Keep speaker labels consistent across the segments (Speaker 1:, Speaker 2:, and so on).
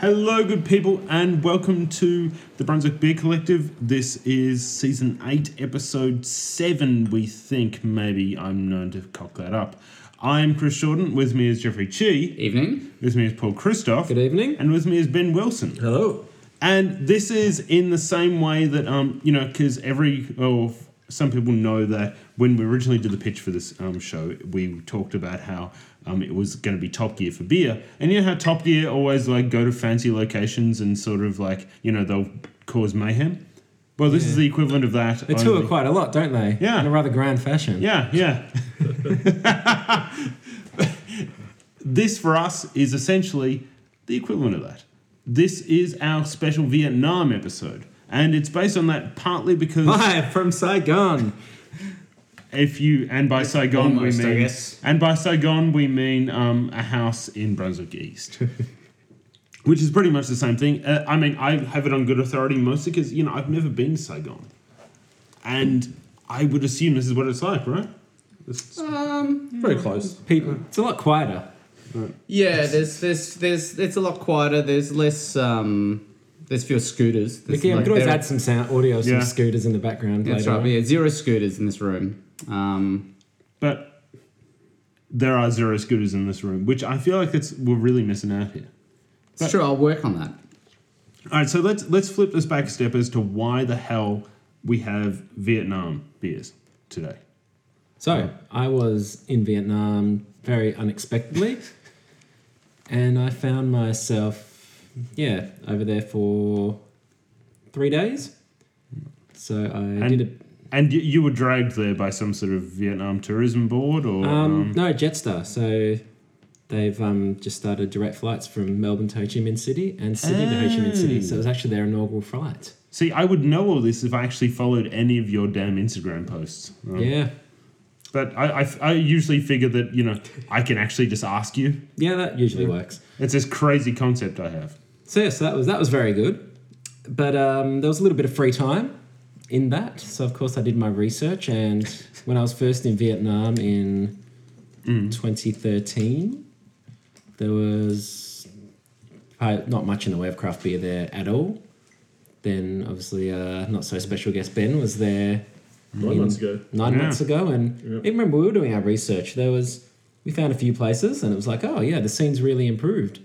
Speaker 1: Hello, good people, and welcome to the Brunswick Beer Collective. This is season 8, episode 7, we think. Maybe I'm known to cock that up. I'm Chris Jordan. With me is Jeffrey Chi.
Speaker 2: Evening.
Speaker 1: With me is Paul Christoph.
Speaker 3: Good evening.
Speaker 1: And with me is Ben Wilson.
Speaker 3: Hello.
Speaker 1: And this is in the same way that um, you know, because every or f- some people know that when we originally did the pitch for this um, show, we talked about how um, it was going to be Top Gear for beer, and you know how Top Gear always like go to fancy locations and sort of like you know they'll cause mayhem. Well, this is the equivalent of that.
Speaker 3: They tour
Speaker 1: only-
Speaker 3: quite a lot, don't they?
Speaker 1: Yeah.
Speaker 3: In a rather grand fashion.
Speaker 1: yeah, yeah. this for us is essentially the equivalent of that. This is our special Vietnam episode. And it's based on that partly because
Speaker 3: Live from Saigon.
Speaker 1: if you and by Saigon
Speaker 2: Almost,
Speaker 1: we
Speaker 2: I
Speaker 1: mean
Speaker 2: guess.
Speaker 1: and by Saigon we mean um, a house in Brunswick East, which is pretty much the same thing. Uh, I mean, I have it on good authority mostly because you know I've never been to Saigon, and I would assume this is what it's like, right? This-
Speaker 3: Very close. People. It's a lot quieter.
Speaker 2: Yeah, there's there's there's it's a lot quieter. There's less um there's fewer scooters. There's
Speaker 3: Mickey, we
Speaker 2: like-
Speaker 3: could always
Speaker 2: there-
Speaker 3: add some sound audio, some
Speaker 1: Yeah.
Speaker 3: scooters in the background.
Speaker 2: That's
Speaker 3: later
Speaker 2: right.
Speaker 3: on.
Speaker 2: Yeah, zero scooters in this room. Um,
Speaker 1: But there are zero scooters in this room, which I feel like that's we're really missing out here.
Speaker 2: it's true. I'll work on that.
Speaker 1: All right, so let's let's flip this back a step as to why the hell we have Vietnam beers today.
Speaker 3: So I was in Vietnam very unexpectedly, and I found myself, yeah, over there for three days. So I
Speaker 1: And-
Speaker 3: did a
Speaker 1: And you, you were dragged there by some sort of Vietnam tourism board, or
Speaker 3: Um, no, Jetstar. So they've um, just started direct flights from Melbourne to Ho Chi Minh City and Sydney to Ho Chi Minh City. So it was actually their inaugural flight.
Speaker 1: see, I would know all this if I actually followed any of your damn Instagram posts. Um,
Speaker 3: Yeah.
Speaker 1: But I, I, I usually figure that you know I can actually just ask you.
Speaker 3: Yeah, that usually works.
Speaker 1: It's this crazy concept I have.
Speaker 3: So yeah, so that was that was very good. But um, there was a little bit of free time in that. So of course I did my research and when I was first in Vietnam in 2013, there was uh, not much in the way of craft beer there at all. Then obviously uh, not so special guest Ben was there
Speaker 4: Nine
Speaker 3: in-
Speaker 4: months ago.
Speaker 3: Nine
Speaker 1: Yeah.
Speaker 3: months ago, and even remember we were doing our research. There was we found a few places, and it was like, oh yeah, the scene's really improved.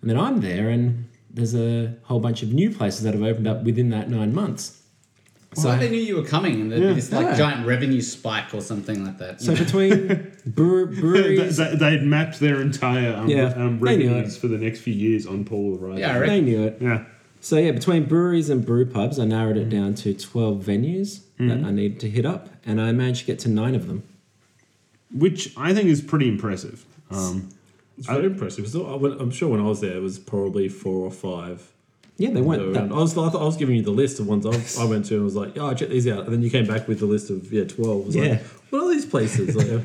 Speaker 3: And then I'm there, and there's a whole bunch of new places that have opened up within that nine months.
Speaker 2: So
Speaker 3: So,
Speaker 2: they knew you were coming, and there'd be this like
Speaker 3: Yeah.
Speaker 2: giant revenue spike or something like that.
Speaker 3: so between brewer-
Speaker 1: they,
Speaker 3: breweries,
Speaker 1: they, they'd mapped their entire um,
Speaker 3: Yeah,
Speaker 1: um,
Speaker 3: they knew
Speaker 1: revenues
Speaker 3: it.
Speaker 1: for the next few years on Paul Ryder.
Speaker 2: Yeah, I reckon.
Speaker 3: they knew it.
Speaker 1: Yeah.
Speaker 3: So yeah, between breweries and brew pubs, I narrowed it down to twelve venues that I needed to hit up, and I managed to get to nine of them.
Speaker 1: Which I think is pretty impressive. Um,
Speaker 4: It's very impressive. It's not- I went- I'm sure when I was there, it was probably four or five.
Speaker 3: Yeah, they weren't.
Speaker 4: No,
Speaker 3: that-
Speaker 4: and I was, I, thought- I was giving you the list of ones I, I went to and was like, yeah, I check these out. And then you came back with the list of, yeah, 12. I was
Speaker 3: Yeah.
Speaker 4: like, what are these places? Like,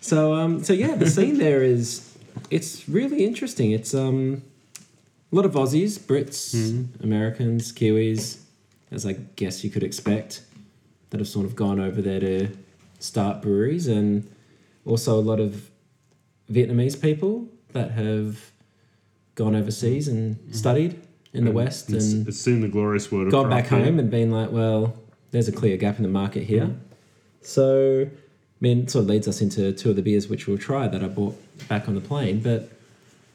Speaker 3: So um, so yeah, the scene there is it's really interesting. It's um, a lot of Aussies, Brits, Americans, Kiwis, as I guess you could expect, that have sort of gone over there to start breweries, and also a lot of Vietnamese people that have gone overseas and studied in the West
Speaker 1: it's,
Speaker 3: and
Speaker 1: it's seen the glorious world.
Speaker 3: gone
Speaker 1: of
Speaker 3: back
Speaker 1: craft beer.
Speaker 3: home and been like, well, there's a clear gap in the market here. So, I mean, sort of leads us into two of the beers which we'll try that I bought back on the plane. But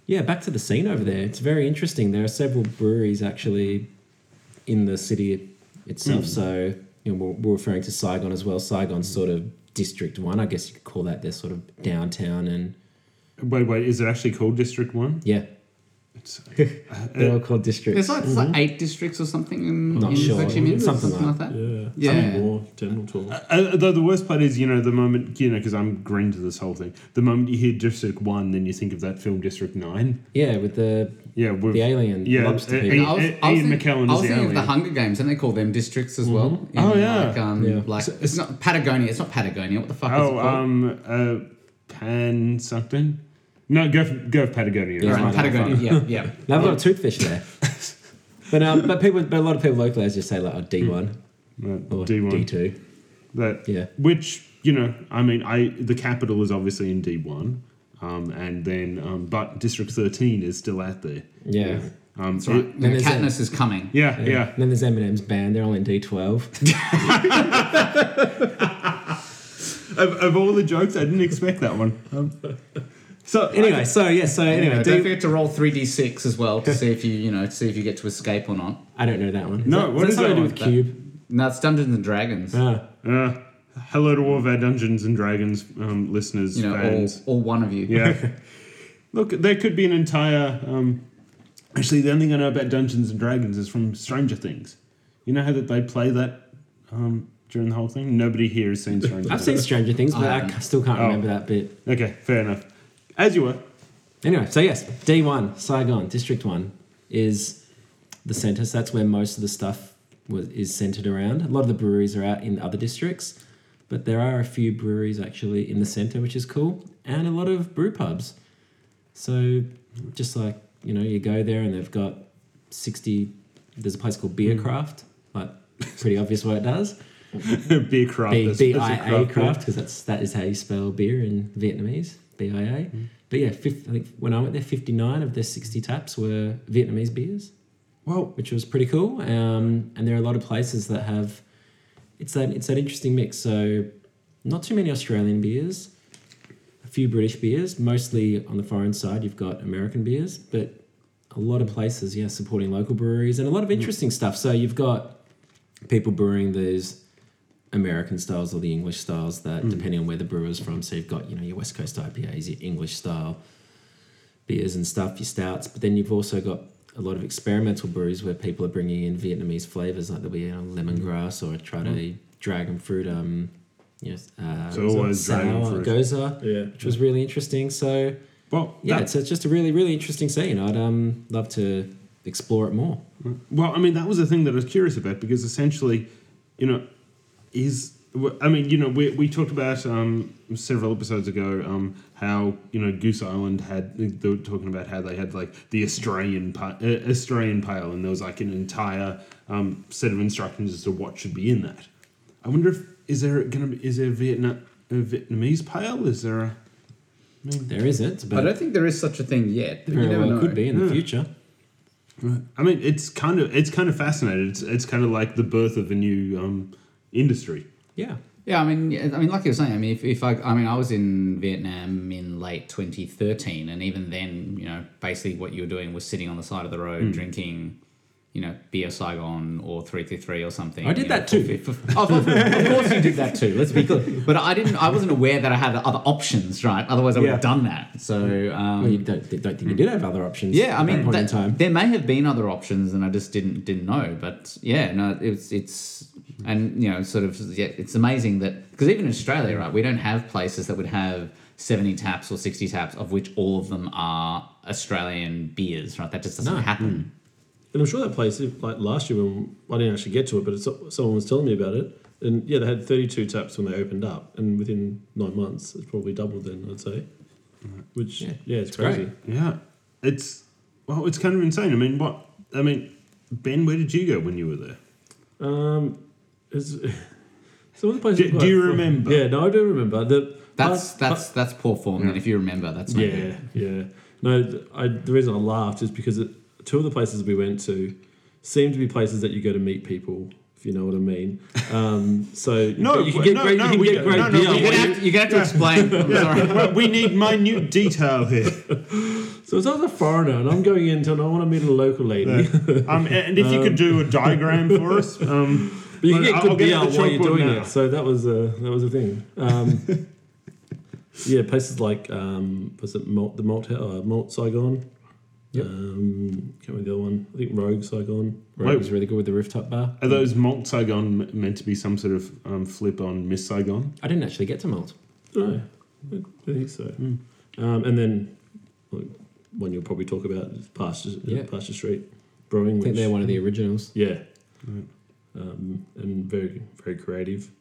Speaker 3: yeah, back to the scene over there. It's very interesting. There are several breweries actually in the city
Speaker 1: Mm.
Speaker 3: itself. So, you know, we're, we're referring to Saigon as well. Saigon's sort of district one. I guess you could call that their sort of downtown and
Speaker 1: Wait, wait, is it actually called District 1?
Speaker 3: yeah,
Speaker 1: It's,
Speaker 3: they're all called districts.
Speaker 2: there's like, there's like eight districts or something in,
Speaker 3: Not
Speaker 2: in
Speaker 3: sure.
Speaker 2: Ho Chi Minh, or
Speaker 3: Mm-hmm. Something
Speaker 2: something like
Speaker 3: like
Speaker 2: that.
Speaker 4: yeah.
Speaker 2: Yeah.
Speaker 4: Something more, 10 or 12.
Speaker 1: Uh, though the worst part is, you know, the moment, you know, because I'm green to this whole thing, the moment you hear District 1, then you think of that film District 9.
Speaker 3: yeah, with the
Speaker 1: Yeah, with,
Speaker 3: the alien
Speaker 1: Yeah,
Speaker 3: lobster
Speaker 1: uh,
Speaker 3: people.
Speaker 1: Ian-
Speaker 2: I was, I was
Speaker 1: Ian
Speaker 2: thinking-
Speaker 1: McKellen
Speaker 2: I
Speaker 1: is
Speaker 2: was
Speaker 1: the
Speaker 2: thinking of the
Speaker 1: alien.
Speaker 2: Hunger Games, and they call them districts as well. in,
Speaker 1: Oh, yeah.
Speaker 2: like, um,
Speaker 3: Yeah.
Speaker 2: like it's not Patagonia. It's not Patagonia. What the fuck is it
Speaker 1: Oh,
Speaker 2: called?
Speaker 1: um, uh, Pan something? No, go for, go for Patagonia.
Speaker 2: All
Speaker 1: it's
Speaker 2: right,
Speaker 1: fine.
Speaker 2: Patagonia. Yeah, yeah.
Speaker 3: Now I've got a toothfish there. but um, but people, but a lot of people locally just say like oh, D one
Speaker 1: No,
Speaker 3: or D
Speaker 1: D1.
Speaker 3: two.
Speaker 1: That
Speaker 3: Yeah.
Speaker 1: Which you know, I mean, I the capital is obviously in D one, um, and then um, but District thirteen is still out there.
Speaker 3: Yeah.
Speaker 1: Um,
Speaker 2: That's right.
Speaker 1: it-
Speaker 2: And
Speaker 3: there's
Speaker 2: Katniss is coming.
Speaker 1: yeah, yeah.
Speaker 3: And then there's Eminem's band. They're all in D12.
Speaker 1: Of, of all the jokes, I didn't expect that one. Um, so
Speaker 3: anyway, so yeah, so anyway,
Speaker 2: Anyway,
Speaker 3: do-
Speaker 2: don't forget to roll three d six as well to see if you you know to see if you get to escape or not.
Speaker 3: I don't know that one. Is
Speaker 1: No,
Speaker 3: that,
Speaker 1: what is
Speaker 3: that something
Speaker 1: that
Speaker 3: to do
Speaker 2: one?
Speaker 3: with Cube?
Speaker 2: No, it's Dungeons and Dragons.
Speaker 3: Ah.
Speaker 1: Uh, hello to all of our Dungeons and Dragons um, listeners,
Speaker 2: you know, all,
Speaker 1: fans.
Speaker 2: all one of you.
Speaker 1: Yeah. Look, there could be an entire. Um, actually, the only thing I know about Dungeons and Dragons is from Stranger Things. You know how that they play that um, during the whole thing. Nobody here has seen Stranger.
Speaker 3: Ah, I've seen
Speaker 1: Things.
Speaker 3: Stranger Things, but
Speaker 2: I
Speaker 3: I,
Speaker 2: haven't.
Speaker 3: ca- still can't
Speaker 1: Oh.
Speaker 3: remember that bit.
Speaker 1: Okay, fair enough. As you were.
Speaker 3: Anyway, so yes, D1, Saigon, District 1 is the centre. So that's where most of the stuff was, is centred around. A lot of the breweries are out in other districts, but there are a few breweries actually in the centre, which is cool, and a lot of brew pubs. So just like, you know, you go there and they've got 60, there's a place called Beer Craft, like pretty obvious what it does.
Speaker 1: beer craft.
Speaker 3: B
Speaker 1: that's-
Speaker 3: B
Speaker 1: that's a
Speaker 3: I A
Speaker 1: beer.
Speaker 3: craft because that's that is how you spell beer in Vietnamese. B I A. But yeah, 50, I think when I went there, fifty nine of their sixty taps were Vietnamese beers,
Speaker 1: Well,
Speaker 3: which was pretty cool. Um, and there are a lot of places that have it's that it's that interesting mix. So not too many Australian beers, a few British beers, mostly on the foreign side. You've got American beers, but a lot of places, yeah, supporting local breweries and a lot of interesting stuff. So you've got people brewing those American styles or the English styles
Speaker 1: Hmm.
Speaker 3: that depending on where the brewer's from. So you've got, you know, your West Coast IPAs, your English style beers and stuff, your stouts, but then you've also got a lot of experimental breweries where people are bringing in Vietnamese flavors like there'll be a lemongrass or try to dragon fruit um you know, uh,
Speaker 1: Hmm. So always dragon
Speaker 3: sour
Speaker 1: fruit.
Speaker 3: goza,
Speaker 4: Yeah.
Speaker 3: which was really interesting. So
Speaker 1: well,
Speaker 3: yeah,
Speaker 1: that-
Speaker 3: it's, it's just a really, really interesting scene. I'd um love to explore it more.
Speaker 1: Well, I mean, that was the thing that I was curious about because essentially, you know, is I mean, you know, we, we talked about um, several episodes ago um, how you know Goose Island had they were talking about how they had like the Australian pa- uh, Australian pale, and there was like an entire um, set of instructions as to what should be in that. I wonder if is there gonna be is there Vietnam a Vietnamese pale? Is there a
Speaker 3: There isn't,
Speaker 2: I don't
Speaker 3: but
Speaker 2: think there is such a thing yet. but
Speaker 3: very
Speaker 2: you never
Speaker 3: well
Speaker 2: know. Hmm.
Speaker 3: could be in
Speaker 1: Yeah.
Speaker 3: the future.
Speaker 1: I mean, it's kind of it's kind of fascinating. It's it's kind of like the birth of a new um, industry.
Speaker 2: Hmm.
Speaker 3: Yeah.
Speaker 2: Yeah, I mean, yeah, I mean, like you were saying, I mean, if, if I, I mean, I was in Vietnam in late 2013, and even then, you know, basically what you were doing was sitting on the side of the road
Speaker 3: Hmm.
Speaker 2: drinking, you know, beer Saigon or 333 or something.
Speaker 3: I did
Speaker 2: you know,
Speaker 3: that too.
Speaker 2: for- for- oh, of of course you did that too. Let's be clear. But I didn't. I wasn't aware that I had other options, right? Otherwise, I would have
Speaker 3: Yeah. Hmm.
Speaker 2: done that. So, um,
Speaker 3: Well, you don't, don't think you did have other options.
Speaker 2: Hmm. yeah, I
Speaker 3: at that
Speaker 2: mean,
Speaker 3: point in
Speaker 2: that-
Speaker 3: time.
Speaker 2: there may have been other options, and I just didn't didn't know. But yeah, no, it's it's and you know, sort of, yeah, it's amazing that because even in Australia, right, we don't have places that would have seventy taps or sixty taps, of which all of them are Australian beers, right? That just doesn't
Speaker 3: No.
Speaker 2: happen.
Speaker 4: And I'm sure that place, if- like last year, when I didn't actually get to it, but it's, someone was telling me about it. And yeah, they had 32 taps when they opened up, and within nine months, it's probably doubled. Then I'd say, which yeah,
Speaker 3: Yeah.
Speaker 4: it's,
Speaker 3: great.
Speaker 4: crazy.
Speaker 1: Yeah, it's well, it's kind of insane. I mean, what I mean, Ben, where did you go when you were there?
Speaker 4: Um, it's, some of the places.
Speaker 1: Do- do you remember?
Speaker 4: Yeah, no, I do remember. The
Speaker 2: That's
Speaker 4: but-
Speaker 2: that's that's poor form. And if you remember, that's not
Speaker 4: Yeah,
Speaker 2: good.
Speaker 4: yeah. No, th- I, the reason I laughed is because it, two of the places we went to seemed to be places that you go to meet people, if you know what I mean. Um, so
Speaker 1: No,
Speaker 4: but you can get
Speaker 1: no,
Speaker 4: great,
Speaker 1: no,
Speaker 4: you can
Speaker 1: we-
Speaker 4: get great
Speaker 1: no, no,
Speaker 4: beer.
Speaker 1: we-
Speaker 2: You're gonna have to, you're gonna have to explain. I'm sorry.
Speaker 1: Well, we need minute detail here.
Speaker 4: So it's as a foreigner, and I'm going into, and I want to meet a local lady.
Speaker 1: Um, and if you could do a diagram for us, um,
Speaker 4: But you can
Speaker 1: I'll-
Speaker 4: get good
Speaker 1: I'll get
Speaker 4: beer
Speaker 1: to the
Speaker 4: while you're
Speaker 1: chalkboard
Speaker 4: doing
Speaker 1: now.
Speaker 4: it. So that was a that was a thing. Um, yeah, places like um, was it Malt, the Malt uh, Malt Saigon.
Speaker 3: Yep.
Speaker 4: Um, can't remember the other one. I think Rogue Saigon.
Speaker 3: Rogue was really good with the rooftop bar.
Speaker 1: are those malt Saigon m- meant to be some sort of um, flip on Miss Saigon?
Speaker 3: I didn't actually get to malt.
Speaker 4: No, I think so. Um, and then like, one you'll probably talk about is Pasture,
Speaker 3: Yeah.
Speaker 4: Pasture Street Brewing.
Speaker 3: I think
Speaker 4: which-
Speaker 3: they're one of the originals.
Speaker 4: Yeah. Um, and very very creative.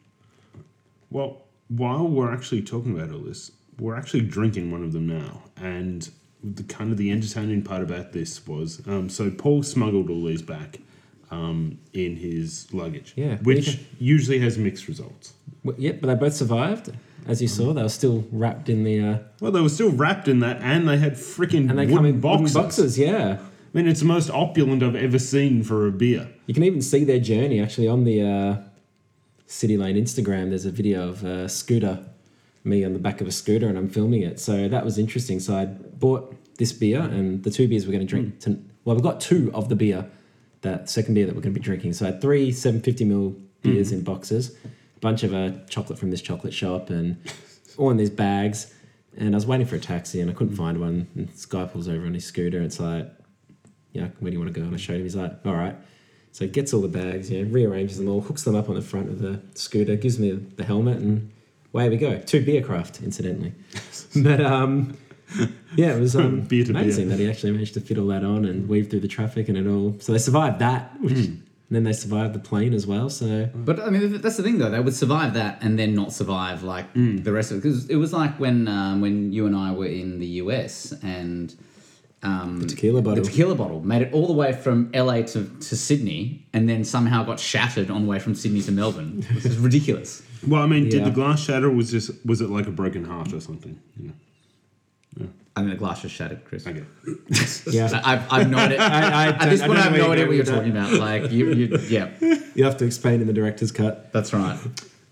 Speaker 1: Well, while we're actually talking about all this, we're actually drinking one of them now, and the kind of the entertaining part about this was um, so Paul smuggled all these back um, in his luggage,
Speaker 3: Yeah,
Speaker 1: which
Speaker 3: okay.
Speaker 1: usually has mixed results.
Speaker 3: W- Yep, but they both survived. As you
Speaker 2: Hmm.
Speaker 3: saw, they were still wrapped in the uh,
Speaker 1: Well, they were still wrapped in that, and they had freaking
Speaker 3: and they
Speaker 1: wooden,
Speaker 3: come in
Speaker 1: boxes.
Speaker 3: boxes. boxes. Yeah,
Speaker 1: I mean, it's the most opulent I've ever seen for a beer.
Speaker 3: You can even see their journey actually on the uh, City Lane Instagram. There's a video of a scooter, me on the back of a scooter, and I'm filming it. So that was interesting. So I bought this beer and the two beers we're going to drink. To, well, we've got two of the beer, that second beer that we're going to be drinking. So I had three 750 ml beers in boxes, a bunch of uh, chocolate from this chocolate shop, and all in these bags. And I was waiting for a taxi and I couldn't find one. And this guy pulls over on his scooter. And it's like, you know, where do you want to go? And I showed him. He's like, all right. So he gets all the bags, you know, rearranges them all, hooks them up on the front of the scooter, gives me the helmet, and away we go. Two beer craft, incidentally. but um, yeah, it was um,
Speaker 1: Beer to beer.
Speaker 3: amazing that he actually managed to fit all that on and weave through the traffic and it all. So they survived that, which,
Speaker 1: Hmm.
Speaker 3: and then they survived the plane as well. So
Speaker 2: But I mean, th- that's the thing though. They would survive that and then not survive like
Speaker 3: Mm.
Speaker 2: the rest of it because it was like when um, when you and I were in the US and um, the
Speaker 3: tequila bottle.
Speaker 2: The tequila bottle made it all the way from LA to, to Sydney and then somehow got shattered on the way from Sydney to Melbourne. It's ridiculous.
Speaker 1: Well, I mean, did
Speaker 3: Yeah.
Speaker 1: the glass shatter? Or was this was it like a broken heart or something? You know?
Speaker 2: I think the glass just shattered, Chris.
Speaker 1: Okay.
Speaker 3: yeah.
Speaker 2: I've, I've no idea.
Speaker 3: I
Speaker 2: At this
Speaker 3: don't- I
Speaker 2: point, I,
Speaker 3: don't
Speaker 2: have
Speaker 3: know
Speaker 2: no
Speaker 3: where
Speaker 2: idea
Speaker 3: you're
Speaker 2: what you're
Speaker 3: going
Speaker 2: talking about. Like, you, you, yeah,
Speaker 3: You have to explain in the director's cut.
Speaker 2: that's right.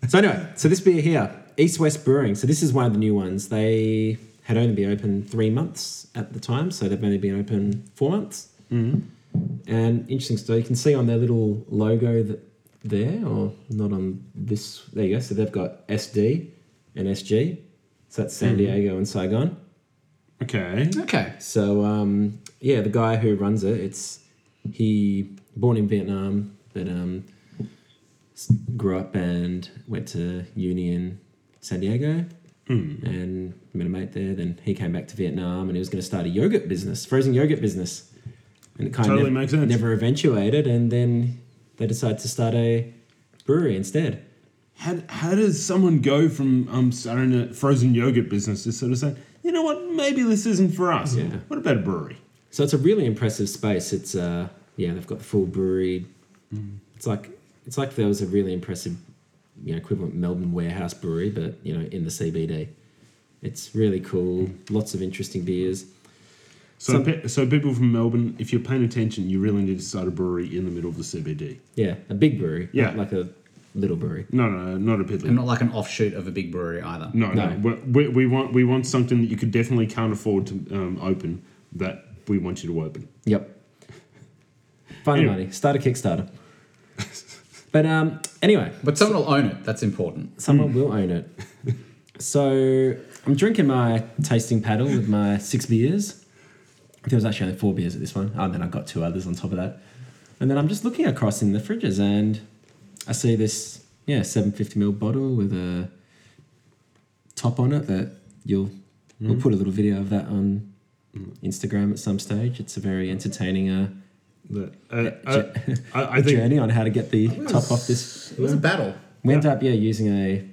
Speaker 3: So anyway, so this beer here, East West Brewing. So this is one of the new ones. They had only been open three months at the time, so they've only been open four months. Mm-hmm. And interesting story. You can see on their little logo that there, or not on this. There you go. So they've got SD and SG. So that's San Diego and Saigon.
Speaker 1: Okay.
Speaker 2: Okay.
Speaker 3: So um, yeah, the guy who runs it, it's he born in Vietnam, but um, s- grew up and went to uni in San Diego,
Speaker 1: Hmm.
Speaker 3: and met a mate there. Then he came back to Vietnam, and he was going to start a yogurt business, frozen yogurt business, and it kind
Speaker 1: Totally
Speaker 3: of nev-
Speaker 1: makes sense.
Speaker 3: never eventuated. And then they decided to start a brewery instead.
Speaker 1: How, how does someone go from um, starting a frozen yogurt business to sort of saying, you know what, maybe this isn't for us?
Speaker 3: Yeah.
Speaker 1: What about a brewery?
Speaker 3: So it's a really impressive space. It's uh yeah, they've got the full brewery.
Speaker 1: Mm.
Speaker 3: It's like it's like there was a really impressive, you know, equivalent Melbourne warehouse brewery, but you know, in the CBD. It's really cool.
Speaker 1: Mm.
Speaker 3: Lots of interesting beers.
Speaker 1: So,
Speaker 3: Some-
Speaker 1: pe- so people from Melbourne, if you're paying attention, you really need to start a brewery in the middle of the CBD.
Speaker 3: Yeah, a big brewery. not
Speaker 1: Yeah.
Speaker 3: like a little brewery.
Speaker 1: No, no, no, not a piddly.
Speaker 2: And not like an offshoot of a big brewery either.
Speaker 1: no, no,
Speaker 3: No.
Speaker 1: We, we, we want we want something that you could definitely can't afford to um, open that we want you to open.
Speaker 3: Yep. Find the
Speaker 1: Anyway.
Speaker 3: money. Start a Kickstarter. but um anyway,
Speaker 2: But someone will own it. That's important.
Speaker 3: Someone
Speaker 1: Hmm.
Speaker 3: will own it. So I'm drinking my tasting paddle with my six beers. There was actually only four beers at this one. Oh, and then I got two others on top of that. And then I'm just looking across in the fridges and I see this, yeah, 750ml bottle with a top on it that you'll,
Speaker 1: Hmm.
Speaker 3: we'll put a little video of that on Instagram at some stage. It's a very entertaining uh,
Speaker 1: The, uh, uh, I, I think
Speaker 3: journey on how to get the top off this.
Speaker 2: It was a battle.
Speaker 3: We ended up, yeah, using a,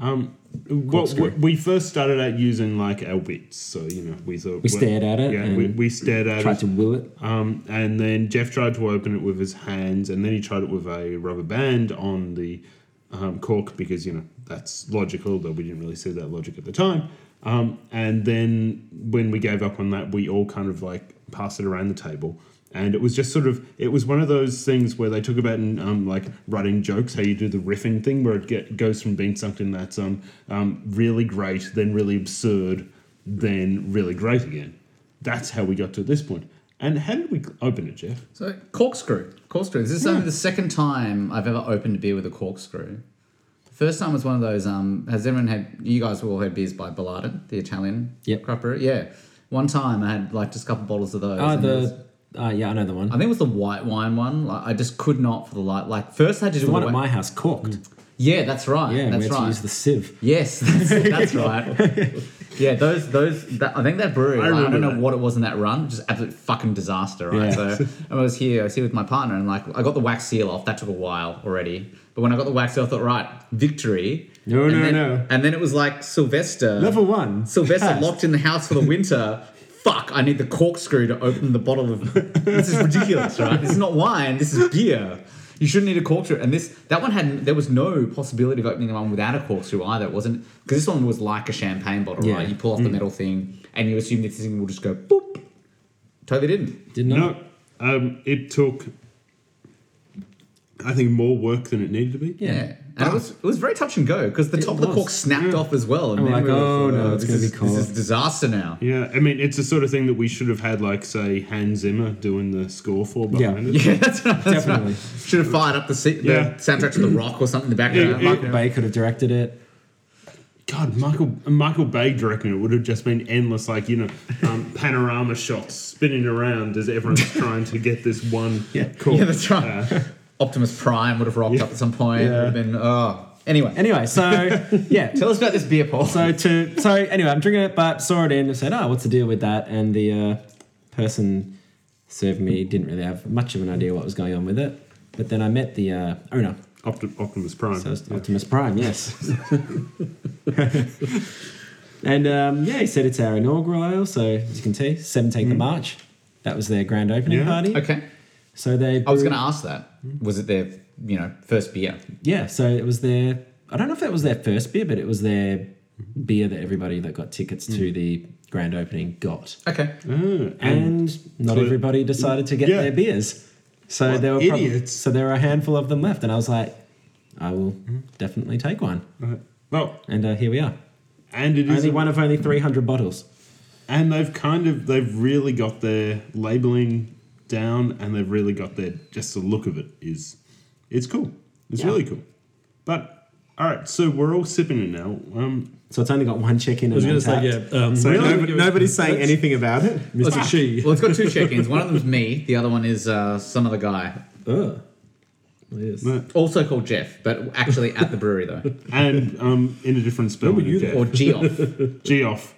Speaker 1: Um, well,
Speaker 3: Corkscrew.
Speaker 1: we, we first started out using like our wits, so you know we thought
Speaker 3: we stared at it
Speaker 1: Yeah,
Speaker 3: and
Speaker 1: we, we stared at
Speaker 3: tried
Speaker 1: it.
Speaker 3: to will it.
Speaker 1: Um, and then Jeff tried to open it with his hands, and then he tried it with a rubber band on the um, cork because you know that's logical, though we didn't really see that logic at the time. Um, and then when we gave up on that, we all kind of like passed it around the table. And it was just sort of, it was one of those things where they talk about in um, like writing jokes how you do the riffing thing where it get, goes from being something that's um, um, really great, then really absurd, then really great again. That's how we got to this point. And how did we cl- open it, Jeff?
Speaker 2: So corkscrew, corkscrew. This
Speaker 3: Hmm.
Speaker 2: is only the second time I've ever opened a beer with a corkscrew. First time was one of those. Um, has everyone had? You guys all had beers by Bellarden, the Italian
Speaker 3: Yep.
Speaker 2: craft brewery. Yeah. One time I had like just a couple bottles of those.
Speaker 3: Oh,
Speaker 2: and it was-
Speaker 3: the uh, yeah, I know the one.
Speaker 2: I think it was the white wine one. Like I just could not for the light. Like first I just
Speaker 3: the one at my house corked.
Speaker 2: Yeah, that's right.
Speaker 3: Yeah, we
Speaker 2: that's
Speaker 3: had to
Speaker 2: right.
Speaker 3: use the sieve.
Speaker 2: Yes, that's, that's right. Yeah, those those that, I think that brewery.
Speaker 1: I
Speaker 2: like, I,
Speaker 1: remember
Speaker 2: don't know
Speaker 1: that.
Speaker 2: what it was in that run, just absolute fucking disaster, right?
Speaker 3: Yeah.
Speaker 2: So I was here, I was here with my partner, and like I got the wax seal off. That took a while already, but when I got the wax seal, I thought, right, victory.
Speaker 1: No,
Speaker 2: and
Speaker 1: no,
Speaker 2: then,
Speaker 1: no.
Speaker 2: And then it was like Sylvester.
Speaker 3: Level one,
Speaker 2: Sylvester
Speaker 3: passed.
Speaker 2: locked in the house for the winter. Fuck! I need the corkscrew to open the bottle of. This is ridiculous, right? This is not wine. This is beer. You shouldn't need a corkscrew. And this that one had there was no possibility of opening one without a corkscrew either. It wasn't because this one was like a champagne bottle,
Speaker 3: Yeah. Mm.
Speaker 2: right? You pull off the metal thing and you assume this thing will just go boop Totally didn't.
Speaker 3: Didn't know.
Speaker 1: No, um, it took, I think, more work than it needed to be.
Speaker 2: Yeah. And it was it was very touch and go because the
Speaker 3: It
Speaker 2: top of the
Speaker 3: was.
Speaker 2: cork snapped off as well. And
Speaker 3: And we're
Speaker 2: then
Speaker 3: like, "Oh,
Speaker 2: thought,
Speaker 3: no, it's
Speaker 2: this
Speaker 3: gonna be
Speaker 2: is-
Speaker 3: cold."
Speaker 2: This is disaster now.
Speaker 1: Yeah, I mean, it's the sort of thing that we should have had, like, say, Hans Zimmer doing the score for
Speaker 3: Yeah.
Speaker 1: behind it.
Speaker 2: Yeah, that's right. That's
Speaker 3: Definitely.
Speaker 2: right. Should have fired up the, se-
Speaker 1: Yeah.
Speaker 2: the soundtrack to The Rock or something in the
Speaker 1: Yeah,
Speaker 2: background.
Speaker 1: yeah.
Speaker 2: Like,
Speaker 3: Michael Bay could have directed it.
Speaker 1: God, Michael Michael Bay directing it would have just been endless, like you know, um, panorama shots spinning around as everyone's trying to get this one.
Speaker 3: Yeah.
Speaker 1: cool.
Speaker 2: Yeah, that's right. Optimus Prime would have rocked up at some point. It would have been, oh. Anyway,
Speaker 3: Anyway, so yeah.
Speaker 2: tell us about this beer, Paul.
Speaker 3: So to so anyway, I'm drinking it, but saw it in and said, "Oh, what's the deal with that?" And the uh, person serving me didn't really have much of an idea what was going on with it. But then I met the uh, owner,
Speaker 1: Opti- Optimus Prime.
Speaker 3: so it's Optimus Prime, yes. and um, yeah, he said it's our inaugural ale, so as you can see, 17th of March. That was their grand opening
Speaker 1: Mm. Yeah.
Speaker 3: party.
Speaker 2: okay.
Speaker 3: So they
Speaker 2: I was
Speaker 3: brewed-
Speaker 2: going to ask that. Was it their, you know, first beer?
Speaker 3: Yeah, so it was their. I don't know if it was their first beer, but it was their beer that everybody that got tickets to
Speaker 1: Mm.
Speaker 3: the grand opening got,
Speaker 2: Okay.
Speaker 1: Ah,
Speaker 3: and not
Speaker 1: so-
Speaker 3: everybody decided to get
Speaker 1: Yeah.
Speaker 3: their beers. So
Speaker 1: What
Speaker 3: there were prob-
Speaker 1: idiots.
Speaker 3: so there were a handful of them left, and I was like, I will
Speaker 1: Mm-hmm.
Speaker 3: definitely take one,
Speaker 1: uh, well,
Speaker 3: and uh, here we are.
Speaker 1: and it is,
Speaker 3: Only
Speaker 1: a-
Speaker 3: one of only three hundred bottles.
Speaker 1: and they've kind of they've really got their labeling down, and they've really got their just the look of it is, it's cool. It's
Speaker 3: Yeah.
Speaker 1: really cool. But all right, so we're all sipping it now. Um,
Speaker 3: So it's only got one chicken.
Speaker 4: I was
Speaker 3: going to
Speaker 4: say, yeah. Um,
Speaker 1: So
Speaker 4: really?
Speaker 1: nobody-
Speaker 5: nobody's saying anything about it.
Speaker 4: Mr. She.
Speaker 2: Well, it's got two check-ins. One of them's me. The other one is uh, some other guy,
Speaker 4: Oh. Yes.
Speaker 1: No.
Speaker 2: also called Jeff, but actually at the brewery though,
Speaker 1: and um, in a different spelling.
Speaker 4: you
Speaker 1: again.
Speaker 4: there?
Speaker 2: or Geoff.
Speaker 1: G off.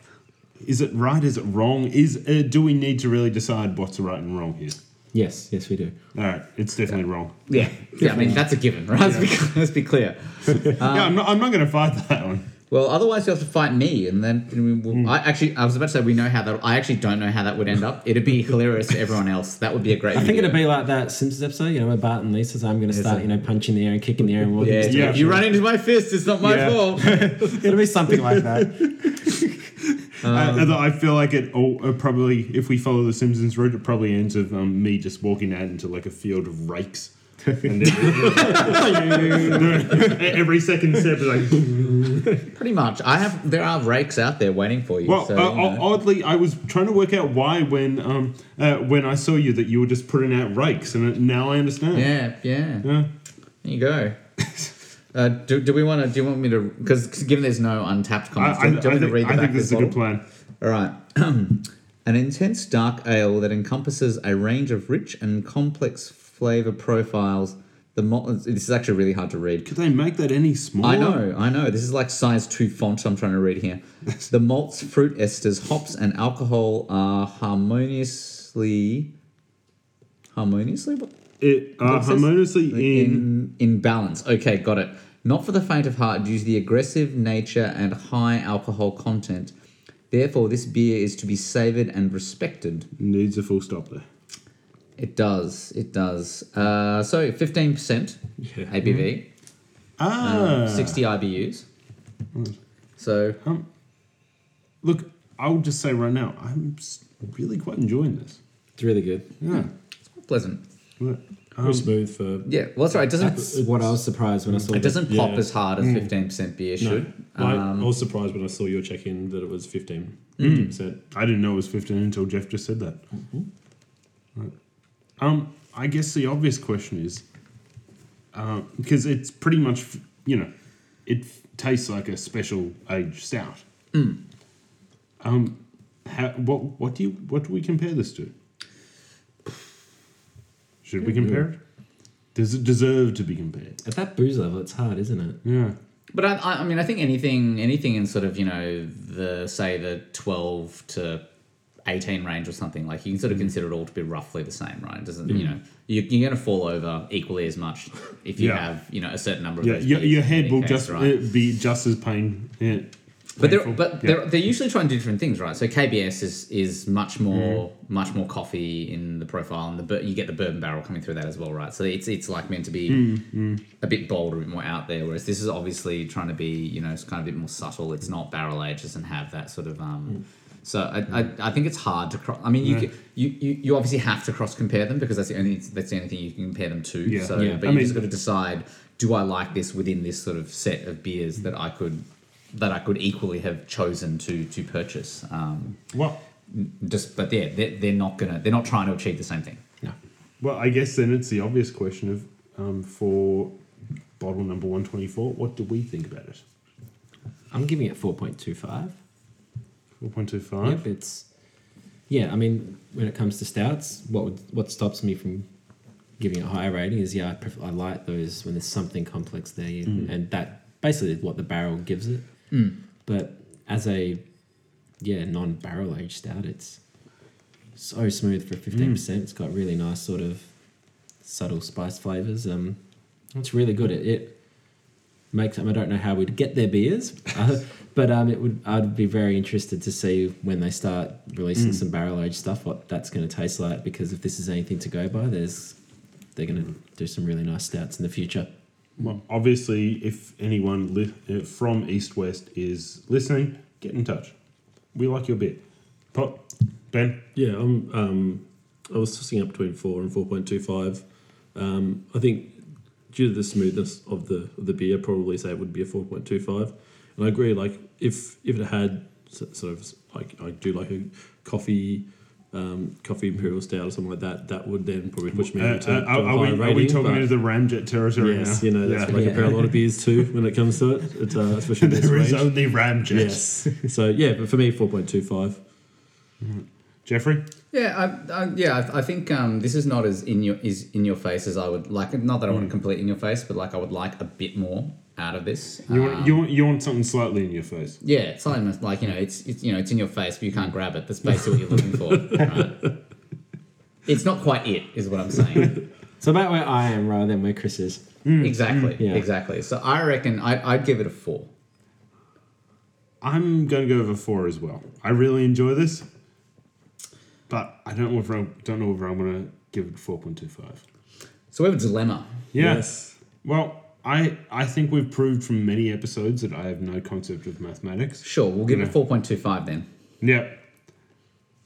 Speaker 1: Is it right? Is it wrong? Is uh, do we need to really decide what's right and wrong here?
Speaker 3: Yes, yes, we do.
Speaker 1: All right, it's definitely wrong.
Speaker 2: Yeah, yeah. I mean, that's a given, right? Let's, be, let's be clear.
Speaker 1: yeah, I'm not. I'm not going to fight that one.
Speaker 2: Well, otherwise you will have to fight me, and then we will, I actually I was about to say we know how that. I actually don't know how that would end up. It'd be hilarious to everyone else. That would be a great.
Speaker 3: I think it'd be like that Simpsons episode, you know, where Bart and Lisa say, "I'm going to
Speaker 2: Yes,
Speaker 3: start,
Speaker 2: sir.
Speaker 3: you know, punching the air and kicking the air and walking."
Speaker 2: Yeah,
Speaker 1: Yeah.
Speaker 2: you run into my fist. It's not my
Speaker 5: Yeah.
Speaker 2: fault.
Speaker 3: it'll be something like that.
Speaker 1: Uh, although I feel like it all uh, probably, if we follow the Simpsons route, it probably ends with um, me just walking out into like a field of rakes. and every, every second step is like.
Speaker 2: Pretty much. I have. There are rakes out there waiting for you.
Speaker 1: Well,
Speaker 2: so,
Speaker 1: uh,
Speaker 2: you know.
Speaker 1: o- oddly, I was trying to work out why when um, uh, when I saw you that you were just putting out rakes, and now I understand.
Speaker 2: yeah, yeah.
Speaker 1: yeah.
Speaker 2: There you go. Uh, do, do we want to? Do you want me to? Because given there's no untapped
Speaker 1: I,
Speaker 2: comments,
Speaker 1: I, I
Speaker 2: do, do you want me to
Speaker 1: think,
Speaker 2: read the
Speaker 1: I
Speaker 2: back
Speaker 1: think
Speaker 2: of
Speaker 1: this is a
Speaker 2: bottle?
Speaker 1: good plan.
Speaker 2: All right. An intense dark ale that encompasses a range of rich and complex flavor profiles. The malt. This is actually really hard to read.
Speaker 1: Could they make that any smaller?
Speaker 2: I know, I know. This is like size two font I'm trying to read here. the malts, fruit esters, hops, and alcohol are harmoniously. Harmoniously? What?
Speaker 1: It uh,
Speaker 2: What's this?
Speaker 1: harmoniously in.
Speaker 2: in in balance. Okay, got it. Not for the faint of heart due to the aggressive nature and high alcohol content. Therefore, this beer is to be savoured and respected.
Speaker 1: Needs a full stop there.
Speaker 2: It does. It does. Uh, so, fifteen percent
Speaker 4: Yeah. Mm-hmm. Uh.
Speaker 2: ABV,
Speaker 1: Ah,
Speaker 2: sixty IBUs.
Speaker 4: Mm.
Speaker 2: So,
Speaker 1: um, look, I'll just say right now, I'm s- really quite enjoying this.
Speaker 3: It's really good.
Speaker 1: Yeah.
Speaker 2: pleasant.
Speaker 1: Look,
Speaker 4: Very smooth for.
Speaker 2: Yeah. Well, that's right. It
Speaker 3: That's
Speaker 2: doesn't.
Speaker 3: what I was surprised when I saw
Speaker 2: It doesn't pop
Speaker 4: Yeah. Mm.
Speaker 2: as hard as fifteen percent beer
Speaker 4: No.
Speaker 2: should.
Speaker 4: I,
Speaker 2: Um,
Speaker 4: I was surprised when I saw your check in that it was 15 percent
Speaker 1: I didn't know it was 15 until Jeff just said that. Right. Um, I guess the obvious question is uh, because it's pretty much, f- you know, it f- tastes like a special age stout. Um, how, what, what do you, what do we compare this to? Should we compare it? Does it deserve to be compared?
Speaker 3: At that booze level, it's hard, isn't it?
Speaker 1: Yeah.
Speaker 2: But I, I I mean, I think anything, anything in sort of you know the say the twelve to eighteen range or something like you can sort
Speaker 1: Mm.
Speaker 2: of consider it all to be roughly the same, right? It doesn't you know you, you're going to fall over equally as much if you
Speaker 1: Yeah.
Speaker 2: have you know a certain number of
Speaker 1: Yeah,
Speaker 2: those
Speaker 1: your,
Speaker 2: beers
Speaker 1: your
Speaker 2: in
Speaker 1: head
Speaker 2: any
Speaker 1: will
Speaker 2: case,
Speaker 1: just uh, be just as pain. Yeah.
Speaker 2: but they're
Speaker 1: painful.
Speaker 2: but
Speaker 1: Yeah.
Speaker 2: they're, they're usually trying to do different things, right? So KBS is is much more
Speaker 1: Mm.
Speaker 2: much more coffee in the profile, and the bur- you get the bourbon barrel coming through that as well, right? So it's it's like meant to be
Speaker 1: Mm.
Speaker 2: a bit bolder, a bit more out there. Whereas this is obviously trying to be you know it's kind of a bit more subtle. It's not barrel aged, doesn't have that sort of um So I, I, I think it's hard to cross. I mean, you,
Speaker 1: Mm. Yeah.
Speaker 2: can, you you you obviously have to cross compare them because that's the only that's the only thing you can compare them to.
Speaker 1: Yeah.
Speaker 2: So,
Speaker 1: Yeah.
Speaker 2: but
Speaker 1: I
Speaker 2: you
Speaker 1: mean-
Speaker 2: just got to decide: do I like this within this sort of set of
Speaker 1: Mm.
Speaker 2: beers that I could that I could equally have chosen to to purchase? Um,
Speaker 1: Well,
Speaker 2: just but yeah, they're, they're not gonna they're not trying to achieve the same thing.
Speaker 1: well, I guess then it's the obvious question of um, for bottle number one twenty four. What do we think about it?
Speaker 3: I'm giving it 4.25.
Speaker 1: Four point two five.
Speaker 3: Yep, it's yeah. I mean, when it comes to stouts, what would, what stops me from giving it a higher rating is yeah, I, pref- I like those when there's something complex there, yeah, and that basically is what the barrel gives it. But as a yeah non-barrel aged stout, it's so smooth for fifteen percent. It's got really nice sort of subtle spice flavors. Um, it's really good. It, it makes. I, mean, I don't know how we'd get their beers, uh, but um, it would. I'd be very interested to see when they start releasing some barrel aged stuff what that's going to taste like. Because if this is anything to go by, there's they're going to do some really nice stouts in the future.
Speaker 1: Well, obviously, if anyone li- uh, from East West is listening, get in touch. We like your bit. Pot, Ben,
Speaker 4: Yeah, I'm, um, I was tossing up between four and four point two five. Um, I think due to the smoothness of the of the beer, probably say it would be a four point two five. And I agree. Like if if it had so- sort of like I do like a coffee. Um, coffee imperial stout or something like that. That would then probably push me
Speaker 1: uh,
Speaker 4: over to,
Speaker 1: uh,
Speaker 4: to
Speaker 1: are,
Speaker 4: a
Speaker 1: are, we,
Speaker 4: higher
Speaker 1: are we
Speaker 4: rating,
Speaker 1: talking
Speaker 4: but-
Speaker 1: into the ramjet territory
Speaker 4: yes,
Speaker 1: now?
Speaker 4: you know that's
Speaker 1: Yeah.
Speaker 4: like
Speaker 3: Yeah.
Speaker 4: a parallel of beers too when it comes to it. It's, uh, especially this
Speaker 1: there is
Speaker 4: range.
Speaker 1: only ramjet.
Speaker 4: yes. so yeah, but for me, four point two five.
Speaker 1: Jeffrey,
Speaker 2: Yeah, I, I, yeah, I, I think um, this is not as in your is in your face as I would like. Not that I
Speaker 1: Hmm.
Speaker 2: want to complete in your face, but like I would like a bit more out of this.
Speaker 1: you,
Speaker 2: Um,
Speaker 1: want, you, want, you want something slightly in your face.
Speaker 2: Yeah, it's something that's like you know, it's, it's you know, it's in your face, but you can't grab it. That's basically what you're looking for. Right? It's not quite it, is what I'm saying.
Speaker 3: So about where I am rather than where Chris is.
Speaker 1: Hmm.
Speaker 2: exactly,
Speaker 3: yeah.
Speaker 2: exactly. So I reckon I, I'd give it a four.
Speaker 1: I'm going to go over four as well. I really enjoy this, but I don't know if I don't know whether I'm going to give it four point two five.
Speaker 2: So we have a dilemma.
Speaker 1: Yeah.
Speaker 4: Yes.
Speaker 1: Well, I I think we've proved from many episodes that I have no concept of mathematics.
Speaker 2: Sure, we'll give
Speaker 1: Yeah.
Speaker 2: it four point two five then.
Speaker 1: Yep.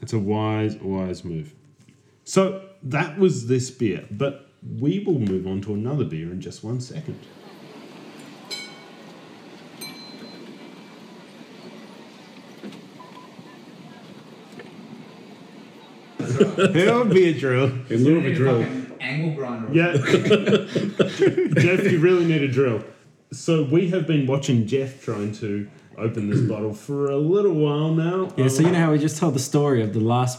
Speaker 1: It's a wise, wise move. So that was this beer, but we will move on to another beer in just one second.
Speaker 5: It'll be a drill.
Speaker 1: A little bit drill.
Speaker 2: Angle grinder.
Speaker 1: Yeah. Jeff, you really need a drill. So we have been watching Jeff trying to open this bottle for a little while now.
Speaker 3: Yeah, so you know how we just told the story of the last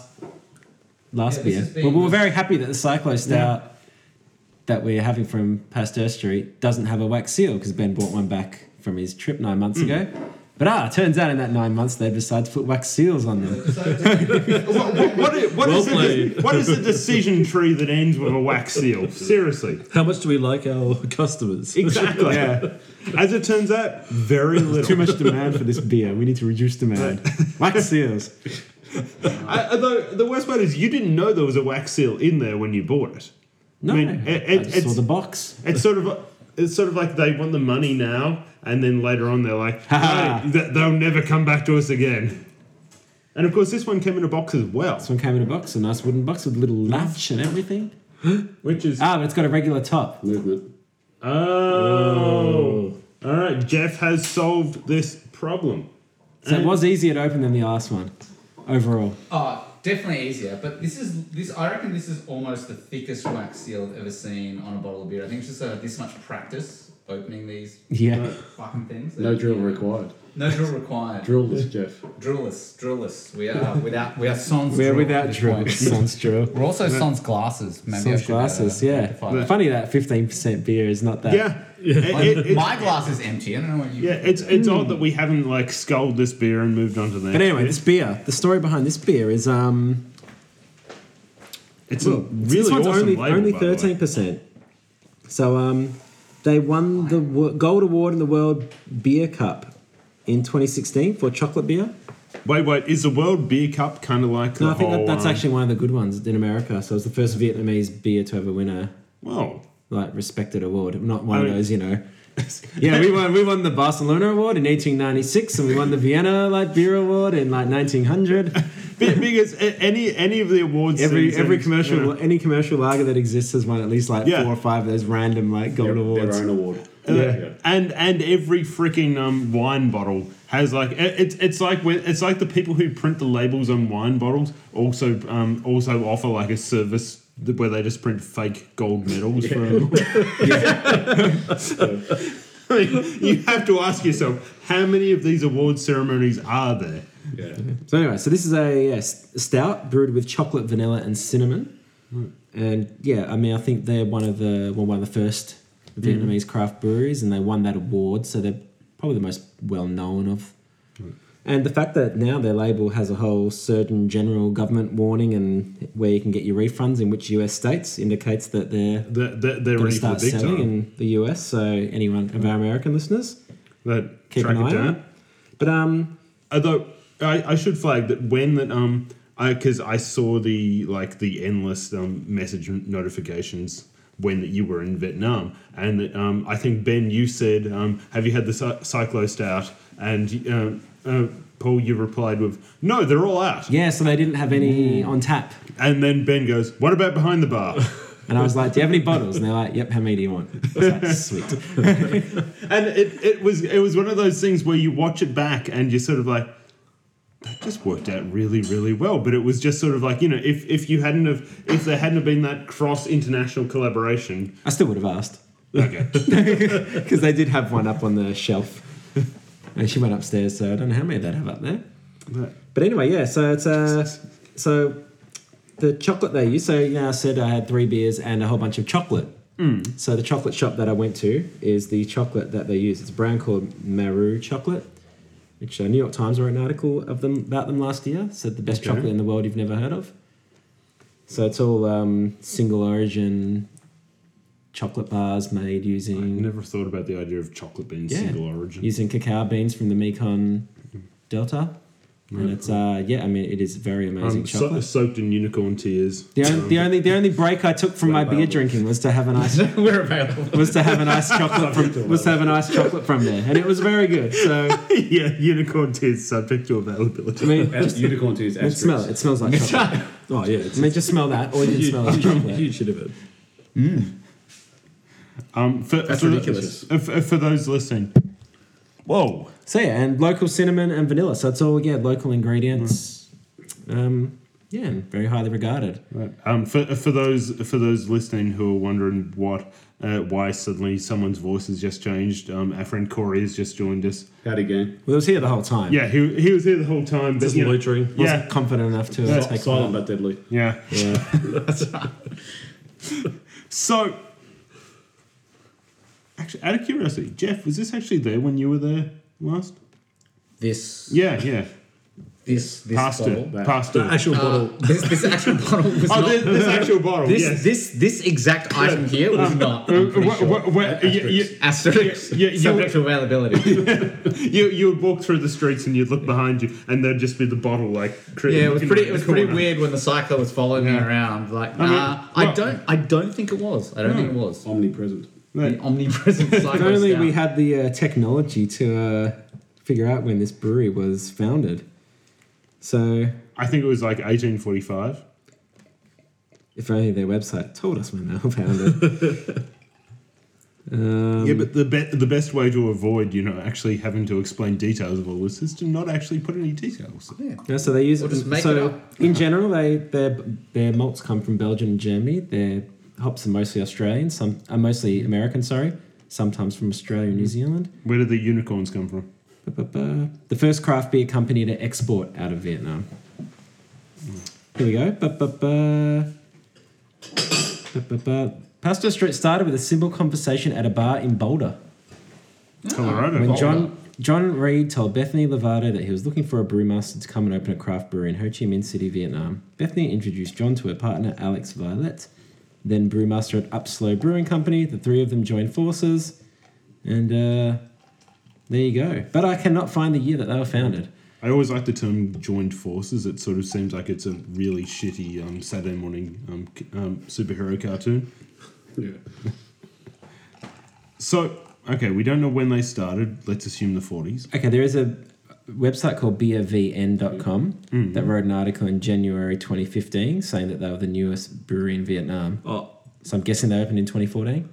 Speaker 3: last
Speaker 2: Yeah, this
Speaker 3: beer.
Speaker 2: has been-
Speaker 3: Well, we were very happy that the Cyclo Stout that we're having from Pasteur Street doesn't have a wax seal because Ben bought one back from his trip nine months ago. But ah, turns out in that nine months they decided to put wax seals on them.
Speaker 1: what, what, what is- what
Speaker 4: Well
Speaker 1: is the-
Speaker 4: played.
Speaker 1: what is the decision tree that ends with a wax seal? Seriously.
Speaker 4: How much do we like our customers?
Speaker 1: Exactly. yeah. As it turns out, very little.
Speaker 5: Too much demand for this beer. We need to reduce demand. Wax seals.
Speaker 1: I, although the worst part is, you didn't know there was a wax seal in there when you bought it.
Speaker 3: No,
Speaker 1: I
Speaker 3: I,
Speaker 1: mean, it- it-
Speaker 3: just saw
Speaker 1: it's-
Speaker 3: the box.
Speaker 1: It's sort of it's sort of like they want the money now, and then later on they're like,
Speaker 3: Ha ha.
Speaker 1: "No, th- they'll never come back to us again. And of course, this one came in a box as well,
Speaker 3: This one came in a box, a nice wooden box with a little latch and everything.
Speaker 1: which is
Speaker 3: Ah, but it's got a regular top.
Speaker 1: oh, all right. Jeff has solved this problem.
Speaker 3: So it was easier to open than the last one overall.
Speaker 2: Oh, definitely easier. But this is this. I reckon this is almost the thickest wax seal I've ever seen on a bottle of beer. I think it's just uh, this much practice opening these
Speaker 3: Yeah.
Speaker 2: fucking things.
Speaker 6: No drill required.
Speaker 2: No drill required.
Speaker 6: Drill this, Jeff.
Speaker 2: Drillers, drillers. We are without. We are sans.
Speaker 3: We're
Speaker 2: drill at
Speaker 3: without
Speaker 2: this
Speaker 3: drill.
Speaker 2: point.
Speaker 3: Sounds drill.
Speaker 2: We're also sans glasses. Maybe I
Speaker 3: Some
Speaker 2: should, uh,
Speaker 3: glasses, yeah.
Speaker 2: rectify that.
Speaker 3: Funny that fifteen percent beer is not that.
Speaker 1: Yeah, It- it-
Speaker 2: My
Speaker 1: it's-
Speaker 2: glass is empty. I don't know what you.
Speaker 1: yeah. It's it's odd that we haven't like sculled this beer and moved on to the next.
Speaker 3: But anyway,
Speaker 1: beer.
Speaker 3: this beer, the story behind this beer is um
Speaker 1: it's a
Speaker 3: well,
Speaker 1: really
Speaker 3: this one's
Speaker 1: awesome
Speaker 3: only
Speaker 1: label,
Speaker 3: only
Speaker 1: by the way.
Speaker 3: thirteen percent. So um, they won the wo- gold award in the World Beer Cup in 2016 for chocolate beer.
Speaker 1: Wait, wait. Is the World Beer Cup kind of like the
Speaker 3: No, I think
Speaker 1: whole?
Speaker 3: that, that's
Speaker 1: um,
Speaker 3: actually one of the good ones in America. So it was the first Vietnamese beer to ever win a
Speaker 1: Well,
Speaker 3: like respected award. Not one
Speaker 1: I
Speaker 3: of
Speaker 1: mean-
Speaker 3: those, you know. yeah, we won. We won the Barcelona Award in 1896, and we won the Vienna like beer award in like 1900.
Speaker 1: Be- because a- any any of the awards
Speaker 3: Every every
Speaker 1: seasons,
Speaker 3: commercial,
Speaker 1: you know,
Speaker 3: any commercial lager that exists has won at least like
Speaker 1: Yeah.
Speaker 3: four or five of those random like gold
Speaker 5: Their,
Speaker 3: awards.
Speaker 5: their own award.
Speaker 1: Uh, and and every freaking um, wine bottle has like it- it's it's like when it's like the people who print the labels on wine bottles also um, also offer like a service that- where they just print fake gold medals for them. I mean, you have to ask yourself how many of these award ceremonies are there?
Speaker 5: Yeah. yeah.
Speaker 3: So anyway, so this is a yeah, s- stout brewed with chocolate, vanilla, and cinnamon.
Speaker 1: Hmm.
Speaker 3: And yeah, I mean, I think they're one of the well, one of the first
Speaker 1: Hmm.
Speaker 3: Vietnamese craft breweries, and they won that award. So they're probably the most well known of.
Speaker 1: Hmm.
Speaker 3: And the fact that now their label has a whole certain general government warning and where you can get your refunds in which US states indicates that they're
Speaker 1: They're, they're, they're
Speaker 3: going
Speaker 1: ready
Speaker 3: to
Speaker 1: for the
Speaker 3: start
Speaker 1: big
Speaker 3: selling
Speaker 1: time.
Speaker 3: in the US. So anyone of our American listeners,
Speaker 1: That
Speaker 3: keep
Speaker 1: track
Speaker 3: an
Speaker 1: it
Speaker 3: eye
Speaker 1: down.
Speaker 3: out. But um,
Speaker 1: Although I, I should flag that when that um I because I saw the like the endless um, message notifications when that you were in Vietnam and that um I think Ben you said um have you had the cy- cyclo stout and um uh, Paul you replied with no they're all out
Speaker 3: yeah, so they didn't have
Speaker 1: Hmm.
Speaker 3: any on tap.
Speaker 1: and then Ben goes what about behind the bar
Speaker 3: And I was like, "Do you have any bottles?" And they're like, "Yep, how many do you want?" I was like, Sweet.
Speaker 1: and it it was it was one of those things where you watch it back and you're sort of like that just worked out really really well but it was just sort of like you know if if you hadn't have if there hadn't have been that cross international collaboration
Speaker 3: I still would have asked
Speaker 1: okay
Speaker 3: because they did have one up on the shelf, and she went upstairs. So I don't know how many they have up there. But anyway, yeah. So it's uh, so the chocolate they use. So you know, I said I had three beers and a whole bunch of chocolate. Mm. So the chocolate shop that I went to is the chocolate that they use. It's a brand called Maru Chocolate, which uh, New York Times wrote an article of them about them last year. Said the best
Speaker 1: Okay.
Speaker 3: chocolate in the world you've never heard of. So it's all um, single origin chocolate bars made
Speaker 1: I
Speaker 3: using
Speaker 1: never thought about the idea of chocolate being
Speaker 3: Yeah.
Speaker 1: single origin
Speaker 3: using cacao beans from the Mekong Delta. And it's uh yeah, I mean it is very amazing
Speaker 1: Um, so-
Speaker 3: chocolate.
Speaker 1: soaked in unicorn tears
Speaker 3: the, only, the only the only break I took from my beer
Speaker 4: available.
Speaker 3: drinking was to have an ice
Speaker 2: We're available.
Speaker 3: was to have an ice chocolate from was to have an ice chocolate from there, and it was very good. So
Speaker 1: yeah unicorn tears subject to availability
Speaker 3: I mean,
Speaker 5: As-
Speaker 3: just,
Speaker 5: Unicorn tears.
Speaker 3: I mean,
Speaker 5: asterisk.
Speaker 3: smell it. It smells like chocolate.
Speaker 4: Oh yeah, it's
Speaker 3: I mean, just smell that. All you can
Speaker 4: huge,
Speaker 3: smell is
Speaker 4: huge,
Speaker 3: chocolate.
Speaker 4: huge shit of it.
Speaker 1: um for,
Speaker 5: That's
Speaker 1: for the-
Speaker 5: ridiculous.
Speaker 1: uh, for, for those listening whoa
Speaker 3: So yeah, and local cinnamon and vanilla. So it's all yeah local ingredients.
Speaker 1: Mm.
Speaker 3: Um, yeah, and very highly regarded.
Speaker 1: Right. Um, for, for those for those listening who are wondering what uh, why suddenly someone's voice has just changed, um, our friend Corey has just joined us.
Speaker 5: Howdy, gang.
Speaker 3: Well, it was here the whole time.
Speaker 1: Yeah, he, he was here the whole time. But,
Speaker 4: Just
Speaker 1: you know,
Speaker 4: loitering.
Speaker 1: yeah,
Speaker 3: confident enough to
Speaker 1: Yeah.
Speaker 3: take
Speaker 5: Silent but deadly.
Speaker 1: yeah.
Speaker 3: Yeah.
Speaker 1: So, actually, out of curiosity, Jeff, was this actually there when you were there last?
Speaker 2: This,
Speaker 1: Yeah, yeah.
Speaker 2: this, this
Speaker 1: Pasta,
Speaker 2: bottle.
Speaker 5: that-
Speaker 1: pasta.
Speaker 4: The actual
Speaker 2: Uh,
Speaker 4: bottle.
Speaker 2: this, this actual bottle was
Speaker 1: oh,
Speaker 2: not.
Speaker 1: this, this actual bottle.
Speaker 2: this,
Speaker 1: yes.
Speaker 2: this, this exact item here was not.
Speaker 1: Uh,
Speaker 2: I'm pretty
Speaker 1: wh-
Speaker 2: sure.
Speaker 1: wh- wh- you- you-
Speaker 2: Asterisk.
Speaker 1: Yeah, yeah, you-
Speaker 2: subject to availability.
Speaker 1: You you would walk through the streets and you'd look behind you, and there'd just be the bottle like. cr-
Speaker 2: yeah, it was
Speaker 1: in
Speaker 2: pretty.
Speaker 1: the
Speaker 2: It was pretty
Speaker 1: corner.
Speaker 2: weird when the cycler was following me
Speaker 1: Yeah.
Speaker 2: around. Like,
Speaker 1: mean,
Speaker 2: nah, I,
Speaker 1: well-
Speaker 2: don't. I don't think it was. I don't think it was.
Speaker 5: Omnipresent.
Speaker 1: Right.
Speaker 2: An omnipresent cycler.
Speaker 3: If only we
Speaker 2: scout.
Speaker 3: had the uh, technology to uh, figure out when this brewery was founded. So,
Speaker 1: I think it was like 1845.
Speaker 3: if only their website told us when they were founded. um,
Speaker 1: yeah, but the be- the best way to avoid, you know, actually having to explain details of all this is to not actually put any details.
Speaker 2: Yeah.
Speaker 3: no, so they use
Speaker 2: We'll just make
Speaker 3: so
Speaker 2: it up.
Speaker 3: in general, they their their malts come from Belgium and Germany. Their hops are mostly Australian. Some are mostly American. Sorry, sometimes from Australia and New Zealand.
Speaker 1: Where did the unicorns come from?
Speaker 3: Ba-ba-ba. The first craft beer company to export out of Vietnam. Here we go. Ba-ba-ba. Ba-ba-ba. Pastor Street started with a simple conversation at a bar in Boulder.
Speaker 1: Colorado.
Speaker 3: When John John Reed told Bethany Lovato that he was looking for a brewmaster to come and open a craft brewery in Ho Chi Minh City, Vietnam, Bethany introduced John to her partner Alex Violet, then brewmaster at Upslow Brewing Company. The three of them joined forces, and uh, there you go. But I cannot find the year that they were founded.
Speaker 1: I always like the term "joined forces." It sort of seems like it's a really shitty um, Saturday morning um, c- um, superhero cartoon.
Speaker 5: Yeah.
Speaker 1: So, okay, we don't know when they started. Let's assume the 40s.
Speaker 3: Okay, there is a website called beervn.com that wrote an article in January 2015 saying that they were the newest brewery in Vietnam.
Speaker 4: Oh,
Speaker 3: So I'm guessing they opened in 2014.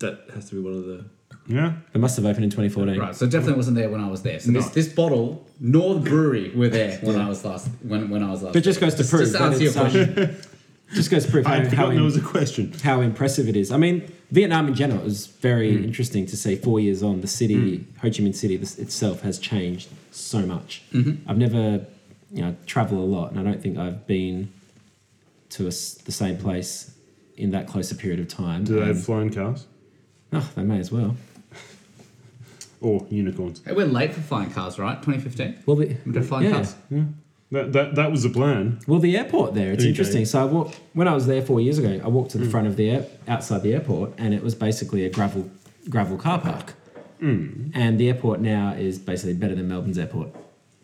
Speaker 4: that has to be one of the.
Speaker 1: Yeah.
Speaker 3: They must have opened in 2014.
Speaker 2: Right, so it definitely wasn't there when I was there. So this,
Speaker 1: No.
Speaker 2: this bottle nor the brewery were there when I was last when, when I was last.
Speaker 3: But just
Speaker 2: there.
Speaker 3: goes to prove
Speaker 2: Just
Speaker 3: that
Speaker 2: answer your
Speaker 3: it's, um,
Speaker 2: question.
Speaker 3: Just goes to prove
Speaker 1: I
Speaker 3: how,
Speaker 1: had
Speaker 3: how,
Speaker 1: forgotten there
Speaker 3: im-
Speaker 1: was a question.
Speaker 3: how impressive it is. I mean, Vietnam in general is very
Speaker 1: Mm.
Speaker 3: interesting to see. Four years on, the city, Ho Chi Minh City this itself has changed so much.
Speaker 1: Mm-hmm.
Speaker 3: I've never, you know, travel a lot, and I don't think I've been to a s the same place in that close a period of time.
Speaker 1: Do they
Speaker 3: And-
Speaker 1: have flying cars
Speaker 3: Oh, they may as well.
Speaker 1: or unicorns?
Speaker 2: Hey, we're late for flying cars, right? 2015.
Speaker 3: Well, the,
Speaker 2: We're flying
Speaker 3: yeah.
Speaker 2: cars.
Speaker 1: That, that, that was the plan.
Speaker 3: Well, the airport there, it's
Speaker 4: Okay.
Speaker 3: interesting. So I walked, when I was there four years ago, I walked to the front of the air, outside the airport, and it was basically a gravel gravel car park. And the airport now is basically better than Melbourne's airport.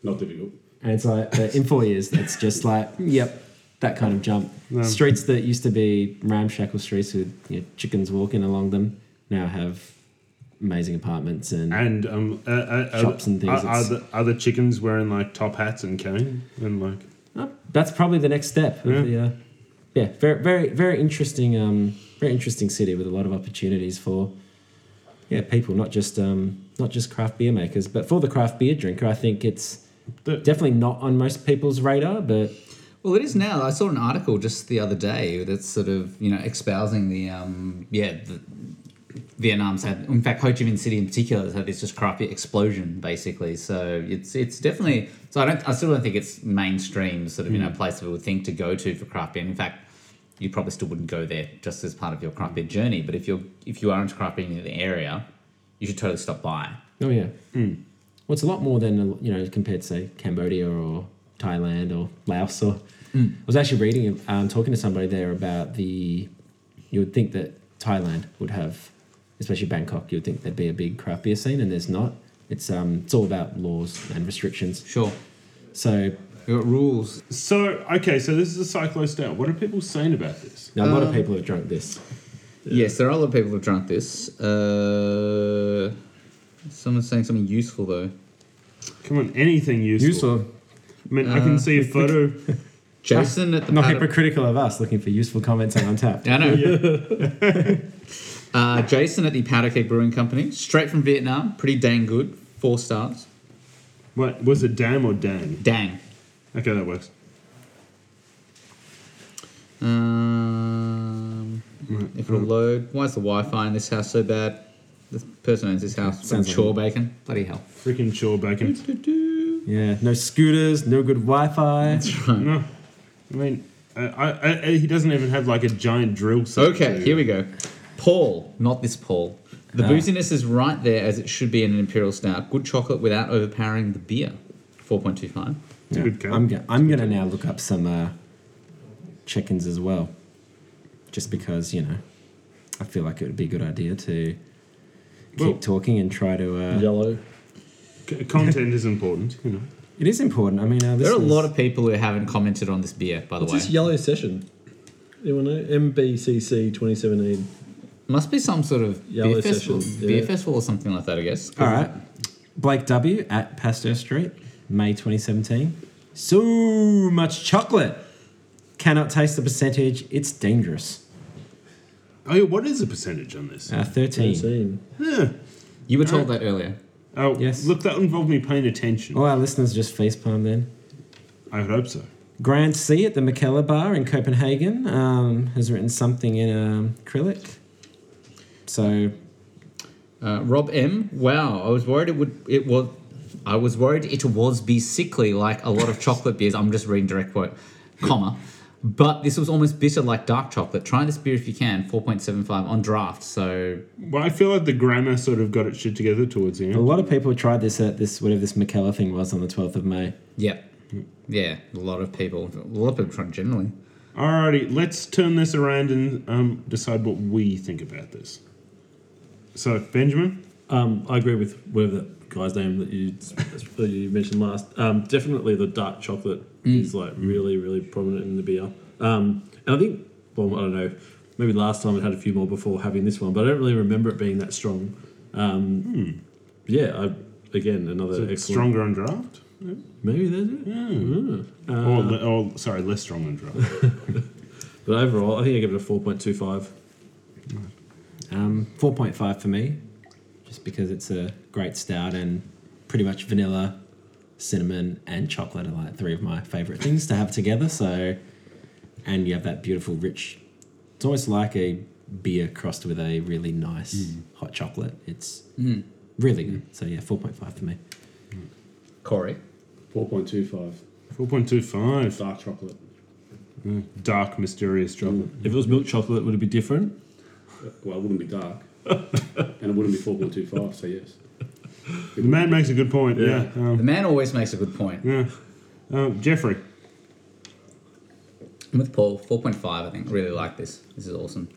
Speaker 4: Not difficult.
Speaker 3: And it's like uh, in four years, that's just like yep, that kind of jump. Streets that used to be ramshackle streets with you know, chickens walking along them now have amazing apartments and
Speaker 1: And um, uh, uh, uh,
Speaker 3: Shops and things,
Speaker 1: Are, are,
Speaker 3: it's-
Speaker 1: the, are the chickens wearing like top hats and cane and like?
Speaker 3: Oh, that's probably the next step.
Speaker 1: Yeah.
Speaker 3: Of the, uh, yeah, very, very, very interesting. Um, very interesting city with a lot of opportunities for yeah people, not just um, not just craft beer makers, but for the craft beer drinker. I think it's
Speaker 1: The-
Speaker 3: definitely not on most people's radar, but
Speaker 2: Well, it is now. I saw an article just the other day that's sort of you know espousing the um yeah the, Vietnam's had in fact Ho Chi Minh City in particular has had this just crappy explosion basically. So it's it's definitely so I don't I still don't think it's mainstream sort of you know place that we would think to go to for craft beer. And in fact, you probably still wouldn't go there just as part of your craft beer journey. But if you're if you are into craft beer in the area, you should totally stop by.
Speaker 3: oh yeah, well, it's a lot more than you know compared to say Cambodia or Thailand or Laos. Or I was actually reading, um, talking to somebody there about the. You would think that Thailand would have, especially Bangkok. You would think there'd be a big craft beer scene, and there's not. It's um, it's all about laws and restrictions.
Speaker 2: Sure,
Speaker 3: So
Speaker 2: we got rules.
Speaker 1: So okay, so this is a cyclo stout. What are people saying about this?
Speaker 3: now a lot of people have drunk this.
Speaker 2: Yes, there are a lot of people who've drunk this. Uh, someone's saying something useful though.
Speaker 1: Come on, anything useful. I mean, I
Speaker 3: Uh,
Speaker 1: can see a photo.
Speaker 2: Jason at the
Speaker 3: Not
Speaker 2: pad-
Speaker 3: hypocritical of us looking for useful comments on Untapped.
Speaker 2: I know. uh, Jason at the Powder Keg Brewing Company, straight from Vietnam, pretty dang good, four stars.
Speaker 1: what was it, damn or dang?
Speaker 2: Dang.
Speaker 1: Okay, that works.
Speaker 2: Um, If it'll load, why is the Wi-Fi in this house so bad? The person owns this house. Sounds
Speaker 3: Sounds
Speaker 2: from
Speaker 3: like
Speaker 2: chore bacon. Bloody hell.
Speaker 1: Freaking sure bacon.
Speaker 2: Doo-doo.
Speaker 3: Yeah, no scooters, no good Wi-Fi.
Speaker 1: No, I mean, I, I, I, he doesn't even have like a giant drill. set
Speaker 2: Okay,
Speaker 1: to-
Speaker 2: here we go. Paul, not this Paul. The
Speaker 3: Ah.
Speaker 2: booziness is right there as it should be in an imperial stout. Good chocolate without overpowering the beer. Four point two five.
Speaker 1: It's a
Speaker 3: Yeah.
Speaker 1: good count.
Speaker 3: I'm, go- I'm going to now look up some uh, chickens as well. Just because, you know, I feel like it would be a good idea to keep
Speaker 1: Well-
Speaker 3: talking and try to. Uh,
Speaker 4: Yellow.
Speaker 1: C- content is important, you know.
Speaker 3: It is important. I mean, uh,
Speaker 2: There are a lot of people who haven't commented on this beer, by the
Speaker 4: What's
Speaker 2: way.
Speaker 4: this yellow session? Anyone know? MBCC 2017.
Speaker 2: Must be some sort of
Speaker 4: Yellow
Speaker 2: beer festival,
Speaker 4: sessions,
Speaker 2: beer
Speaker 4: yeah.
Speaker 2: festival or something like that, I guess.
Speaker 3: All right. Blake W. at Pasteur Street, May 2017. So much chocolate. Cannot taste the percentage. It's dangerous.
Speaker 1: Oh, yeah, what is the percentage on this?
Speaker 3: Uh, 13.
Speaker 4: 13.
Speaker 1: Huh.
Speaker 2: You were told that earlier.
Speaker 1: Oh,
Speaker 3: Yes.
Speaker 1: look, that involved me paying attention.
Speaker 3: All our listeners just facepalm then.
Speaker 1: I would hope so.
Speaker 3: Grand C at the McKellar Bar in Copenhagen um, has written something in um, acrylic. So
Speaker 2: Uh, Rob M. Wow, I was worried it would. It was. I was worried it was be sickly like a lot of chocolate beers. I'm just reading direct quote, comma. But this was almost bitter like dark chocolate. Try this beer if you can. Four point seven five on draft. So
Speaker 1: Well, I feel like the grammar sort of got its shit together towards the
Speaker 3: a
Speaker 1: end.
Speaker 3: lot of people tried this at this whatever this McKellar thing was on the twelfth of May.
Speaker 2: yeah, yeah. A lot of people. A lot of people trying generally.
Speaker 1: Alrighty, let's turn this around and um, decide what we think about this. So, Benjamin,
Speaker 4: Um, I agree with whatever that guy's name that you that you mentioned last. Um, definitely the dark
Speaker 5: Mm.
Speaker 4: chocolate is like really really prominent in the beer. Um, and I think well I don't know. maybe last time it had a few more before having this one, but I don't really remember it being that strong. Um,
Speaker 5: Hmm.
Speaker 4: Yeah, I, again another
Speaker 1: So
Speaker 4: excellent.
Speaker 1: it's stronger on draft?
Speaker 4: Maybe that's it. Uh,
Speaker 1: or, le- or, sorry, less strong on draft.
Speaker 4: but overall, I think I give it a four point two five.
Speaker 3: Um, 4.5 for me, just because it's a great stout and pretty much vanilla, cinnamon, and chocolate are like three of my favorite things to have together. So, and you have that beautiful, rich, it's almost like a beer crossed with a really nice
Speaker 1: Mm.
Speaker 3: hot chocolate. It's really good. So, yeah, 4.5 for me.
Speaker 2: Corey.
Speaker 5: 4.25.
Speaker 1: 4.25.
Speaker 5: Dark chocolate.
Speaker 1: Dark, mysterious chocolate.
Speaker 4: If it was milk chocolate, would it be different?
Speaker 5: Well, it wouldn't be dark. and it wouldn't be 4.25, so yes.
Speaker 1: The man makes a good point. Yeah. Yeah.
Speaker 2: The
Speaker 1: Um,
Speaker 2: man always makes a good point.
Speaker 1: yeah. Um, Jeffrey.
Speaker 2: I'm with Paul, 4.5, I think. Really like this. This is awesome.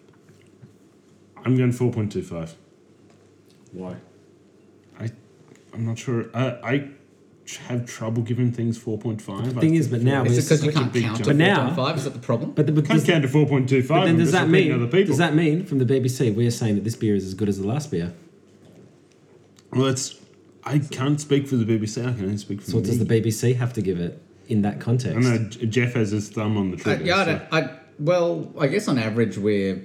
Speaker 1: I'm going 4.25.
Speaker 5: Why?
Speaker 1: I, I'm not sure. Uh, I ch- have trouble giving things 4.5.
Speaker 3: The thing
Speaker 1: I
Speaker 3: is, but now,
Speaker 2: Is it
Speaker 3: it's-
Speaker 2: because you
Speaker 1: such a
Speaker 2: can't
Speaker 1: big
Speaker 2: count to
Speaker 1: jump.
Speaker 3: But now-
Speaker 2: 4.5? Is that the problem?
Speaker 3: but, the, but
Speaker 1: can't
Speaker 3: does,
Speaker 1: count to 4.25.
Speaker 3: but then
Speaker 1: I'm
Speaker 3: does
Speaker 1: just
Speaker 3: that
Speaker 1: repeating
Speaker 3: mean
Speaker 1: Other people.
Speaker 3: does that mean from the BBC we're saying that this beer is as good as the last beer?
Speaker 1: Well, it's. I can't speak for the BBC. I can only speak for
Speaker 3: So what
Speaker 1: me.
Speaker 3: does the BBC have to give it in that
Speaker 1: Mm-hmm. I
Speaker 3: context?
Speaker 1: know J- Jeff has his thumb on the
Speaker 2: Uh,
Speaker 1: trigger.
Speaker 2: yeah, I
Speaker 1: so-
Speaker 2: don't, I, well, I guess on average we're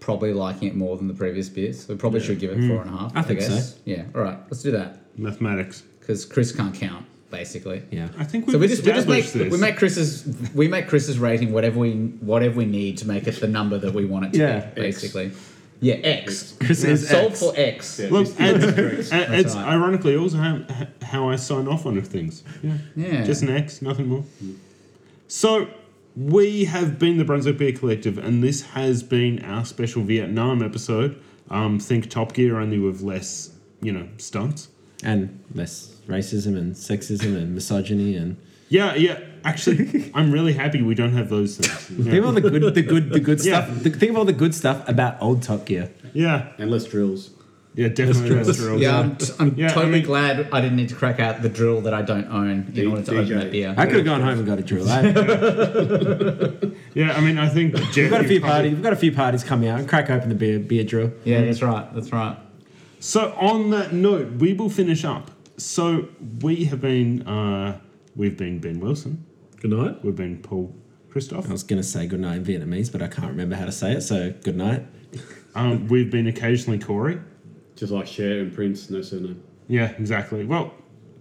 Speaker 2: probably liking it more than the previous beers. We probably should give it four and a half.
Speaker 3: I think
Speaker 2: guess.
Speaker 3: so.
Speaker 2: Yeah. All right. Let's do that
Speaker 1: Mathematics.
Speaker 2: because Chris can't count basically.
Speaker 3: yeah.
Speaker 1: I think we've
Speaker 2: So we just we just make
Speaker 1: established this.
Speaker 2: we make Chris's we make Chris's rating whatever we whatever we need to make it the number that we want it to
Speaker 5: Yeah,
Speaker 2: be basically. Yeah, X.
Speaker 5: Chris is
Speaker 2: solve
Speaker 5: X.
Speaker 2: for X.
Speaker 5: Yeah.
Speaker 2: Yeah.
Speaker 1: Look,
Speaker 5: This-
Speaker 1: and,
Speaker 5: this is
Speaker 1: and it's
Speaker 2: right.
Speaker 1: ironically also how, how I sign off on things. Yeah. Just an X, nothing more. So, we have been the Brunswick Beer Collective, and this has been our special Vietnam episode. Um, think Top Gear, only with less, you know, stunts.
Speaker 3: and less racism and sexism and misogyny and
Speaker 1: Yeah, yeah. Actually, I'm really happy we don't have those things.
Speaker 3: think of
Speaker 1: Yeah.
Speaker 3: all the good, the good, the good
Speaker 1: Yeah.
Speaker 3: stuff. The, think of all the good stuff about old Top Gear.
Speaker 1: Yeah,
Speaker 5: And less drills.
Speaker 1: yeah definitely. That's true.
Speaker 2: Yeah, I'm, t- I'm
Speaker 1: Yeah, I
Speaker 2: totally
Speaker 1: mean-
Speaker 2: glad I didn't need to crack out the drill that I don't own in order to
Speaker 5: DJ.
Speaker 2: open that beer.
Speaker 3: I could have gone home and got a drill. I, we've
Speaker 1: Yeah, I mean, I think Jeff.
Speaker 3: got a
Speaker 1: you probably-
Speaker 3: few parties. We've got a few parties coming out. and Crack open the beer, beer drill.
Speaker 2: Yeah, that's right. That's right.
Speaker 1: So on that note, we will finish up. So we have been uh, we've been Ben Wilson,
Speaker 4: Good night.
Speaker 1: we've been Paul Christoph,
Speaker 3: I was gonna say good night in Vietnamese, but I can't remember how to say it. So good night.
Speaker 1: um, we've been occasionally Corey.
Speaker 5: Just like Cher and Prince, no surname.
Speaker 1: Yeah, exactly. Well,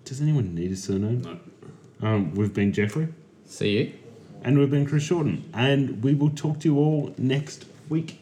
Speaker 1: does anyone need a surname?
Speaker 5: No.
Speaker 1: Um, we've been Jeffrey,
Speaker 2: See you.
Speaker 1: and we've been Chris Shorten, and we will talk to you all next week.